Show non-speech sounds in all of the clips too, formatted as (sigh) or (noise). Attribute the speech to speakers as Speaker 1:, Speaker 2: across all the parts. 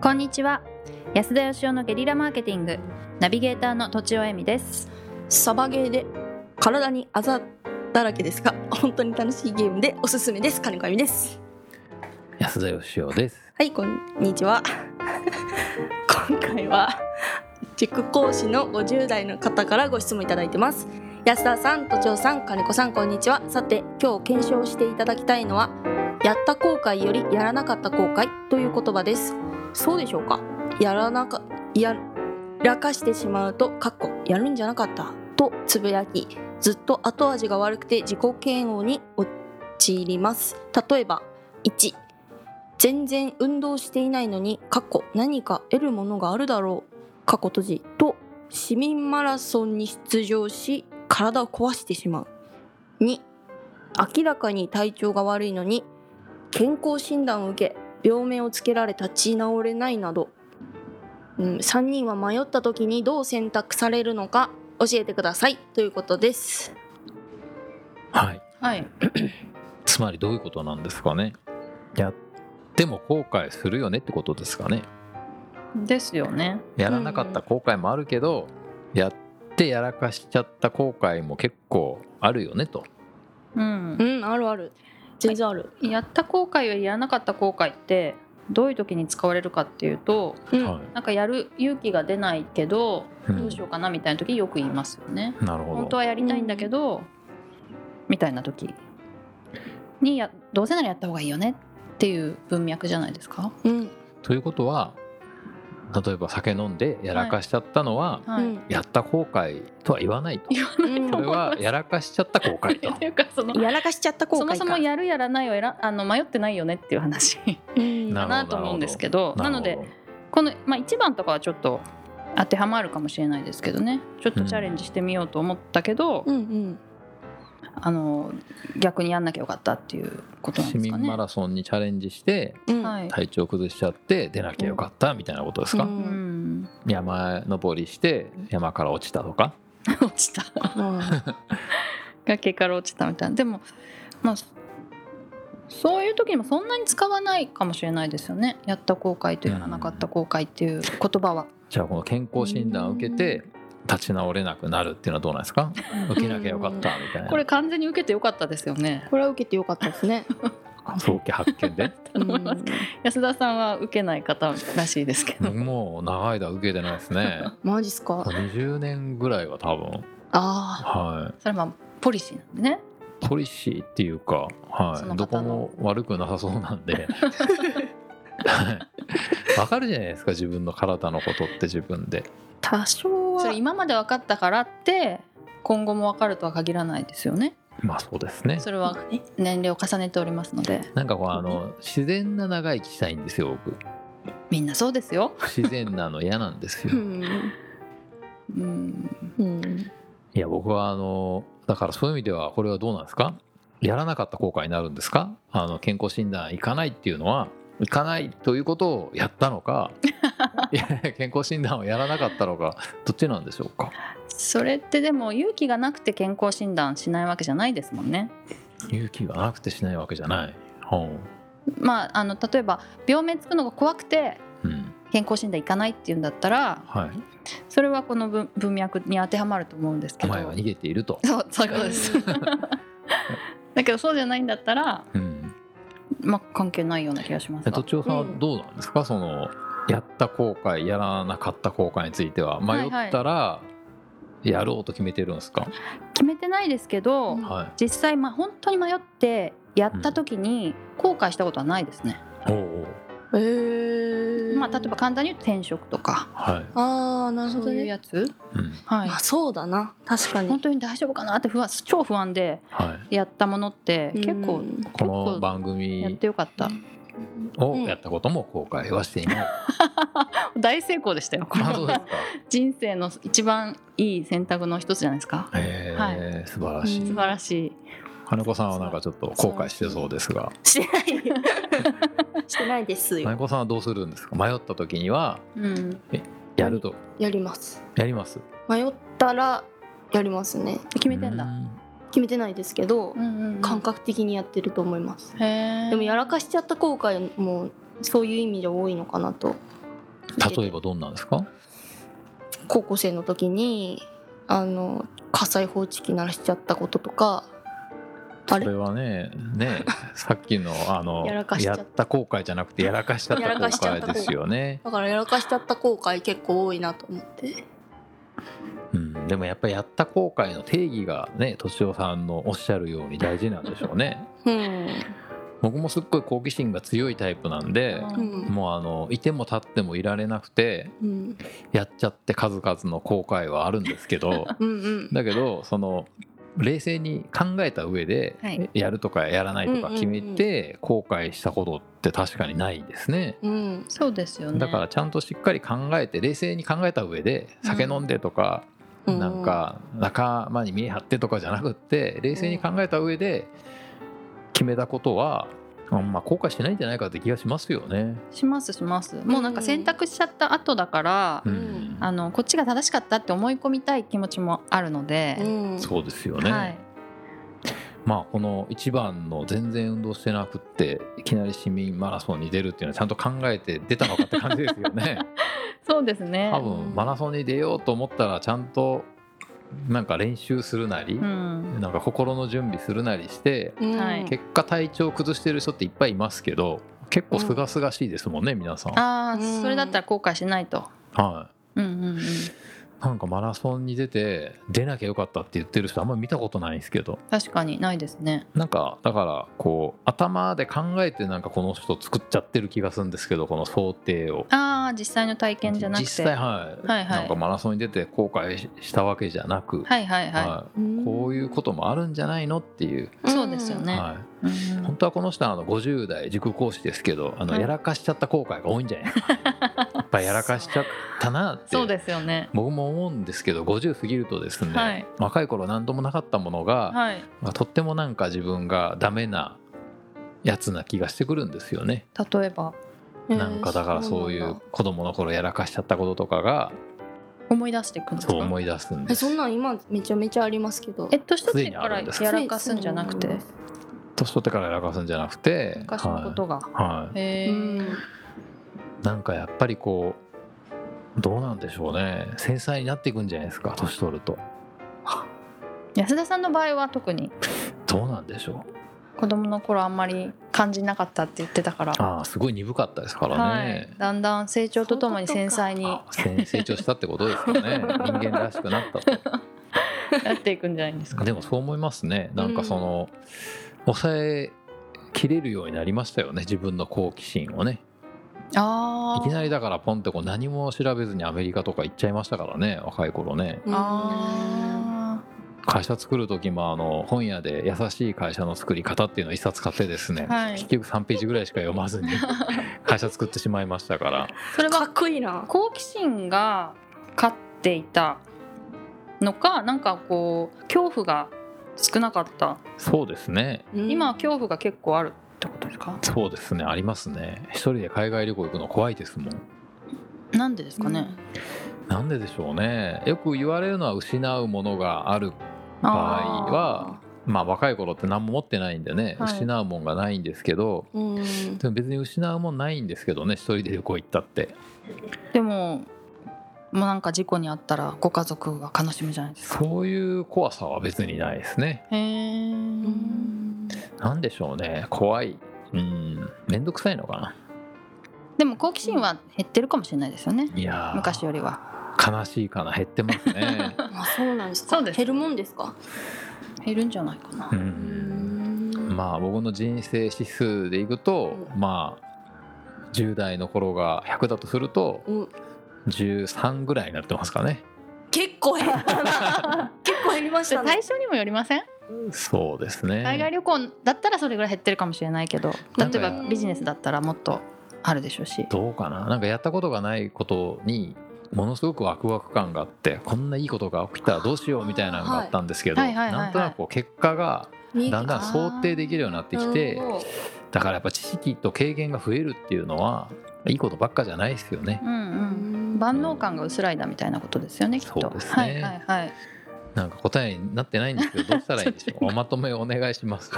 Speaker 1: こんにちは安田義雄のゲリラマーケティングナビゲーターの土地尾恵美です
Speaker 2: サバゲーで体にあざだらけですが本当に楽しいゲームでおすすめです金子由美です
Speaker 3: 安田義雄です。
Speaker 2: はいこんにちは (laughs) 今回は塾講師の50代の方からご質問いただいてます安田さん、都庁さん、金子さんこんにちはさて今日検証していただきたいのはやった後悔よりやらなかった後悔という言葉ですそうでしょうかやらなかやらかしてしまうとかっこやるんじゃなかったとつぶやきずっと後味が悪くて自己嫌悪に陥ります例えば1全然運動していないのにかっこ何か得るものがあるだろうかっこ閉じと市民マラソンに出場し体を壊してしまう2明らかに体調が悪いのに健康診断を受け病名をつけられ立ち直れないなど、うん、3人は迷った時にどう選択されるのか教えてくださいということです
Speaker 3: はい。
Speaker 1: はい
Speaker 3: つまりどういうことなんですかね。やっても後悔するよねってことですかね。
Speaker 1: ですよね
Speaker 3: やらなかった後悔もあるけど、やってやらかしちゃった後悔も結構あるよねと。
Speaker 1: うん
Speaker 2: うんあるある全然ある、
Speaker 1: やった後悔よりやらなかった後悔ってどういう時に使われるかっていうと
Speaker 2: うん
Speaker 1: なんかやる勇気が出ないけど
Speaker 3: う
Speaker 1: ど
Speaker 3: ん
Speaker 1: うしようかなみたいな時よく言いますよね
Speaker 3: なるほ
Speaker 1: 本当
Speaker 3: ど。
Speaker 1: はやりたいんだけど、みたいな時にやどうせならやった方がいいよねっていう文脈じゃないですか。
Speaker 2: うん
Speaker 3: ということは例えば酒飲んでやらかしちゃったのは、
Speaker 1: はい
Speaker 2: うん
Speaker 3: やった後悔とは言わないと。
Speaker 2: うん
Speaker 3: これはやらかしちゃった後悔
Speaker 1: (laughs)
Speaker 3: と
Speaker 1: (laughs) っ。ていうかその
Speaker 2: やらかしちゃった後悔
Speaker 1: そ
Speaker 2: か
Speaker 1: もそもやるやらないを選あの迷ってないよねっていう話
Speaker 2: うん
Speaker 1: かなと思うんですけどな
Speaker 3: なる
Speaker 1: の
Speaker 3: ほど
Speaker 1: でこの、まあ、1番とかはちょっと当てはまるかもしれないですけどねちょっとチャレンジしてみようと思ったけど、
Speaker 2: うんうん
Speaker 1: あの逆にやんなきゃよかったっていうことなん
Speaker 3: 市
Speaker 1: ですか
Speaker 3: 民
Speaker 1: ね。
Speaker 3: マラソンにチャレンジして
Speaker 2: うん
Speaker 1: はい
Speaker 3: 体調崩しちゃって出なきゃよかったみたいなことですか、
Speaker 2: う
Speaker 1: (laughs) うん、
Speaker 3: 山登りして山から落ちたとか
Speaker 1: 落ちた崖から落ちたみたいなでもまあそういう時にもそんなに使わないかもしれないですよねやった後悔とやらなかった後悔っていう言葉は、
Speaker 3: じゃあこの健康診断を受けて立ち直れなくなるっていうのはどうなんですか受けなきゃよかったみたいな
Speaker 1: これ完全に受けてよかったですよね
Speaker 2: これは受けてよかったですね。
Speaker 3: 早期発見で
Speaker 1: (laughs) 思います安田さんは受けない方らしいですけど、
Speaker 3: もう長い間受けてないですね
Speaker 2: マジっすか。
Speaker 3: 20年ぐらいは多分
Speaker 2: あ
Speaker 3: は
Speaker 1: それはまあポリシーなんでね
Speaker 3: いポリシーっていうか、
Speaker 1: そ
Speaker 3: は
Speaker 1: の
Speaker 3: い、ど
Speaker 1: 方の
Speaker 3: こも悪くなさそうなんではいわかるじゃないですか自分の体のことって自分で
Speaker 2: あ、多少
Speaker 1: そ
Speaker 2: は
Speaker 1: れ。今まで分かったからって今後も分かるとは限らないですよね
Speaker 3: まあそうですね
Speaker 1: それは年齢を重ねておりますので
Speaker 3: なんかこうあの自然な長生きしたいんですよ僕
Speaker 1: みんなそうですよ
Speaker 3: 不自然なの嫌なんですよ
Speaker 2: うん
Speaker 1: うん
Speaker 2: うん
Speaker 3: いや僕はあのだからそういう意味ではこれはどうなんですかやらなかった後悔になるんですかあの健康診断行かないっていうのは行かないということをやったのか (laughs) いや健康診断をやらなかったのかどっちなんでしょうか
Speaker 1: それってでも勇気がなくて健康診断しないわけじゃないですもんね
Speaker 3: 勇気がなくてしないわけじゃない、うん
Speaker 1: まああの例えば病名つくのが怖くて
Speaker 3: うん
Speaker 1: 健康診断行かないっていうんだったら
Speaker 3: はい、
Speaker 1: それはこの文文脈に当てはまると思うんですけ
Speaker 3: お
Speaker 1: ど
Speaker 3: 前は逃げていると、
Speaker 1: そうそういうことです
Speaker 3: (laughs)
Speaker 1: だけどそうじゃないんだったら
Speaker 3: うん、
Speaker 1: まあ関係ないような気がします
Speaker 3: え
Speaker 1: が
Speaker 3: とちおさんはどうなんですか、そのやった後悔やらなかった後悔については迷ったらやろうと決めてるんですか、
Speaker 1: 決めてないですけど、
Speaker 2: うん
Speaker 3: はい
Speaker 1: 実際まあ本当に迷ってやった時に後悔したことはないですね、
Speaker 3: おうおう
Speaker 2: えー
Speaker 1: まあ例えば。簡単に言うと転職とか
Speaker 3: はい、
Speaker 2: ああ、なるほ
Speaker 1: そ
Speaker 2: ど
Speaker 1: ういう
Speaker 2: ね。
Speaker 1: やつ、
Speaker 3: うん、
Speaker 1: はい
Speaker 2: まあ、そうだな。確かに
Speaker 1: 本。当に大丈夫かなって不安超不安で
Speaker 3: はい
Speaker 1: やったものって結構、
Speaker 2: うん
Speaker 3: この番組
Speaker 1: やってよかった、
Speaker 3: をやったことも後悔はしていない。
Speaker 1: 大成功でしたよこれ
Speaker 3: あそうです
Speaker 1: は
Speaker 3: か。
Speaker 1: 人生の一番いい選択の一つじゃないですか
Speaker 3: (laughs) えー素晴らし
Speaker 2: うん
Speaker 3: い
Speaker 1: 素。晴らしい
Speaker 3: 金子さんはなんかちょっと後悔してそうですが、
Speaker 2: し
Speaker 1: (laughs)
Speaker 2: てないよ。してないですよ。
Speaker 3: 金子さんはどうするんですか。迷った時には
Speaker 1: うん
Speaker 3: やると
Speaker 2: やります。
Speaker 3: やります。
Speaker 2: 迷ったら。やりますね。
Speaker 1: 決めてん
Speaker 3: う
Speaker 1: だ、
Speaker 2: 決めてないですけど。
Speaker 1: うんうんうん
Speaker 2: 感覚的にやってると思います。
Speaker 1: へえ
Speaker 2: でもやらかしちゃった後悔もそういう意味で多いのかなと
Speaker 3: 例えばどんなんですか
Speaker 2: 高校生の時にあの火災報知器鳴らしちゃったこととかあ
Speaker 3: そ
Speaker 2: れ
Speaker 3: れはねねさっきのあの
Speaker 2: やらかしちゃ
Speaker 3: や
Speaker 2: った
Speaker 3: った後悔じゃなくてやらかしちゃった
Speaker 2: やら
Speaker 3: 後
Speaker 2: かしちゃった
Speaker 3: 悔ですよね。
Speaker 2: だからやらかしちゃった後悔結構多いなと思って
Speaker 3: うん、でもやっぱりやった後悔の定義がね敏夫さんのおっしゃるように大事なんでしょうね
Speaker 2: うん
Speaker 3: 僕もすっごい好奇心が強いタイプなんで、
Speaker 2: う
Speaker 1: うん
Speaker 2: ん
Speaker 3: もうあのいても立ってもいられなくて
Speaker 2: うん
Speaker 3: やっちゃって数々の後悔はあるんです
Speaker 2: (laughs)
Speaker 3: けど
Speaker 2: うんうん
Speaker 3: だけどその冷静に考えた上で、
Speaker 1: はい
Speaker 3: やるとかやらないとか決め
Speaker 2: うん
Speaker 3: て後悔したことって確かにないですね。
Speaker 2: うん
Speaker 1: そうですよね
Speaker 3: だからちゃんとしっかり考えて冷静に考えた上で酒飲んでとか、
Speaker 2: うん
Speaker 3: なんか仲間に見え張ってとかじゃなくって冷静に考えた上で決めたことは、あんまあ後悔してないんじゃないかって気がしますよね。
Speaker 1: しますしますもうなんか選択しちゃった後だから、
Speaker 3: うん
Speaker 2: うん
Speaker 1: あのこっちが正しかったって思い込みたい気持ちもあるので、
Speaker 2: うん
Speaker 3: そうですよね、
Speaker 1: はい、
Speaker 3: まあこの一番の全然運動してなくっていきなり市民マラソンに出るっていうのはちゃんと考えて出たのかって感じですよね。
Speaker 1: そうですね
Speaker 3: 多分マラソンに出ようと思ったらちゃんとなんか練習するなり、
Speaker 1: うん、
Speaker 3: なんか心の準備するなりして
Speaker 2: うん
Speaker 1: はい
Speaker 3: 結果体調崩してる人っていっぱいいますけど結構すがすがしいですもんね、皆さん。
Speaker 1: ああ、
Speaker 2: うん
Speaker 1: それだったら後悔しないと
Speaker 3: は
Speaker 1: うんうんうん
Speaker 3: い、なんかマラソンに出て出なきゃよかったって言ってる人あんまり見たことないんですけど
Speaker 1: 確かにないですね
Speaker 3: なんかだからこう頭で考えてなんかこの人作っちゃってる気がするんですけどこの想定を。
Speaker 1: ああ実際の体験じゃなくて
Speaker 3: 実際はい、
Speaker 1: はいはい
Speaker 3: なんかマラソンに出て後悔ししたわけじゃなく、
Speaker 1: はいはいはい、
Speaker 3: は
Speaker 2: う
Speaker 3: い
Speaker 2: ん
Speaker 3: こういうこともあるんじゃないのっていう、
Speaker 1: そうですよね
Speaker 3: はい、
Speaker 1: うん
Speaker 3: 本当はこの人はあの50代塾講師ですけどあの
Speaker 1: はい
Speaker 3: やらかしちゃった後悔が多いんじゃないです
Speaker 1: (laughs)
Speaker 3: かいっぱいやらかしちゃったなって
Speaker 1: そうですよね
Speaker 3: 僕も思うんですけど50過ぎるとですね、
Speaker 1: はい
Speaker 3: 若い頃何ともなかったものが、
Speaker 1: はい
Speaker 3: まあとってもなんか自分がダメなやつな気がしてくるんですよね。
Speaker 1: 例えば
Speaker 2: うん
Speaker 3: なんかだからそういう子供の頃やらかしちゃったこととかが
Speaker 1: 思い出していくんですか
Speaker 3: そう思い出すん
Speaker 2: え
Speaker 3: です
Speaker 2: そんなん今めちゃめちゃありますけど
Speaker 1: え年
Speaker 3: つ
Speaker 1: 取って
Speaker 3: いにあ
Speaker 1: から
Speaker 3: るんですか
Speaker 1: やらかすんじゃなくて
Speaker 3: 年取ってからやらかすんじゃなくて
Speaker 1: 昔のことが、
Speaker 3: はいはい
Speaker 1: へ
Speaker 2: う
Speaker 1: え、
Speaker 2: ん
Speaker 3: なんかやっぱりこうどうなんでしょうね繊細になっていくんじゃないですか年取ると
Speaker 1: 安田さんの場合は特に
Speaker 3: どうなんでしょう
Speaker 1: 子供の頃あんまり感じなかったって言ってたから
Speaker 3: ああすごい鈍かったですから
Speaker 1: は
Speaker 3: ね
Speaker 1: い、、だんだん成長とともに繊細に
Speaker 3: あせ成長したってことですかね人間らしくなった
Speaker 1: なっていくんじゃないです
Speaker 3: と
Speaker 1: か。
Speaker 3: でもそう思いますねなんかその、抑えきれるようになりましたよね自分の好奇心をね
Speaker 1: あ
Speaker 3: いきなりだからポンってこう何も調べずにアメリカとか行っちゃいましたからね若い頃ね
Speaker 1: あ。あ
Speaker 3: 会社作る時もあの本屋で優しい会社の作り方っていうのを一冊買ってですね、
Speaker 1: はい
Speaker 3: 結局3ページぐらいしか読ま
Speaker 1: (laughs)
Speaker 3: ずに会社作ってしまいましたから
Speaker 1: ーそれ
Speaker 2: うんか
Speaker 1: は
Speaker 2: っこいいな
Speaker 1: 好奇心が勝っていたのかなんかこう恐怖が少なかった
Speaker 3: そうですね
Speaker 1: 今は
Speaker 2: 今
Speaker 1: 恐怖が結構あるってことですか
Speaker 3: そうですねありますね一人で海外旅行行くの怖いですもん
Speaker 1: なんでですかね、
Speaker 3: なんででしょうねよく言われるのは失うものがある
Speaker 1: あ
Speaker 3: 場合はまあ若い頃って何も持ってないんでね、
Speaker 1: はい
Speaker 3: 失うもんがないんですけど
Speaker 2: うん
Speaker 3: でも別に失うもんないんですけどね一人で旅行行ったって
Speaker 1: ーでももうなんか事故に遭ったらご家族が悲しむじゃないですか
Speaker 3: そういう怖さは別にないですね
Speaker 1: へえ
Speaker 2: うん
Speaker 3: なんでしょうね怖いうんめんどくさいのかな
Speaker 1: でも好奇心は減ってるかもしれないですよね
Speaker 3: いやー
Speaker 1: 昔よりは
Speaker 3: 悲しいかな減ってますね
Speaker 2: あそうなんですか
Speaker 1: そうです
Speaker 2: 減るもんですか
Speaker 1: 減るんじゃないかな、
Speaker 3: うんまあ僕の人生指数でいくと、
Speaker 2: う
Speaker 3: まあ10代の頃が100だとすると
Speaker 2: うん
Speaker 3: 13ぐらいになってますかね
Speaker 2: 結構減った
Speaker 3: (laughs)
Speaker 2: な結構減りまし
Speaker 1: そ
Speaker 2: た
Speaker 1: れ
Speaker 2: ね
Speaker 1: 対象にもよりません
Speaker 3: そうですね
Speaker 1: 海外旅行だったらそれぐらい減ってるかもしれないけど例
Speaker 3: なんか
Speaker 1: えばビジネスだったらもっとあるでしょうし
Speaker 3: どうかななんかやったことがないことにものすごくワクワク感があってこんないいことが起きたらどうしようみたいなのがあったんですけど
Speaker 1: はいはいはいはいはい
Speaker 3: なんとなくこう結果が
Speaker 2: 見えて
Speaker 3: だんだん想定できるようになってきて
Speaker 2: なるほど
Speaker 3: だからやっぱ知識と経験が増えるっていうのはいいことばっかじゃないですよね
Speaker 1: う。んうん万能感が薄らいだみたいなことですよねきっと
Speaker 3: そうですね
Speaker 1: はいはいはい
Speaker 3: なんか答えになってないんですけどどうしたらいいんで
Speaker 1: (laughs)
Speaker 3: しょうおまとめお願いします。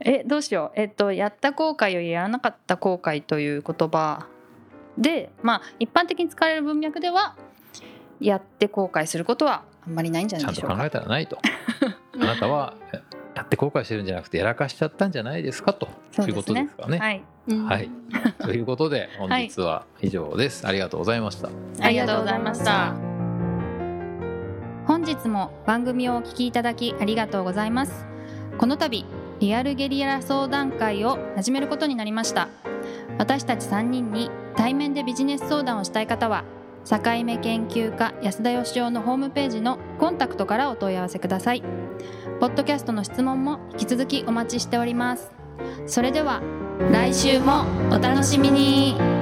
Speaker 1: えどうしようえっとやった後悔よりやらなかった後悔という言葉でまあ一般的に使われる文脈ではやって後悔することはあんまりないんじゃ
Speaker 3: ち
Speaker 1: な
Speaker 3: ゃ
Speaker 1: い
Speaker 3: ん
Speaker 1: で
Speaker 3: と
Speaker 1: しょうか
Speaker 3: 考えたらないとあなたはやって後悔してるんじゃなくてやらかしちゃったんじゃないですかと
Speaker 1: そう
Speaker 3: い
Speaker 1: ですね
Speaker 3: うことですかね。
Speaker 1: はい、
Speaker 2: うん
Speaker 3: はいということで本日は以上です、ありがとうございました。
Speaker 1: ありがとうございました。本日も番組をお聞きいただきありがとうございますこの度リアルゲリラ相談会を始めることになりました私たち3人に対面でビジネス相談をしたい方は境目研究家安田義雄のホームページのコンタクトからお問い合わせくださいポッドキャストの質問も引き続きお待ちしておりますそれでは来週もお楽しみに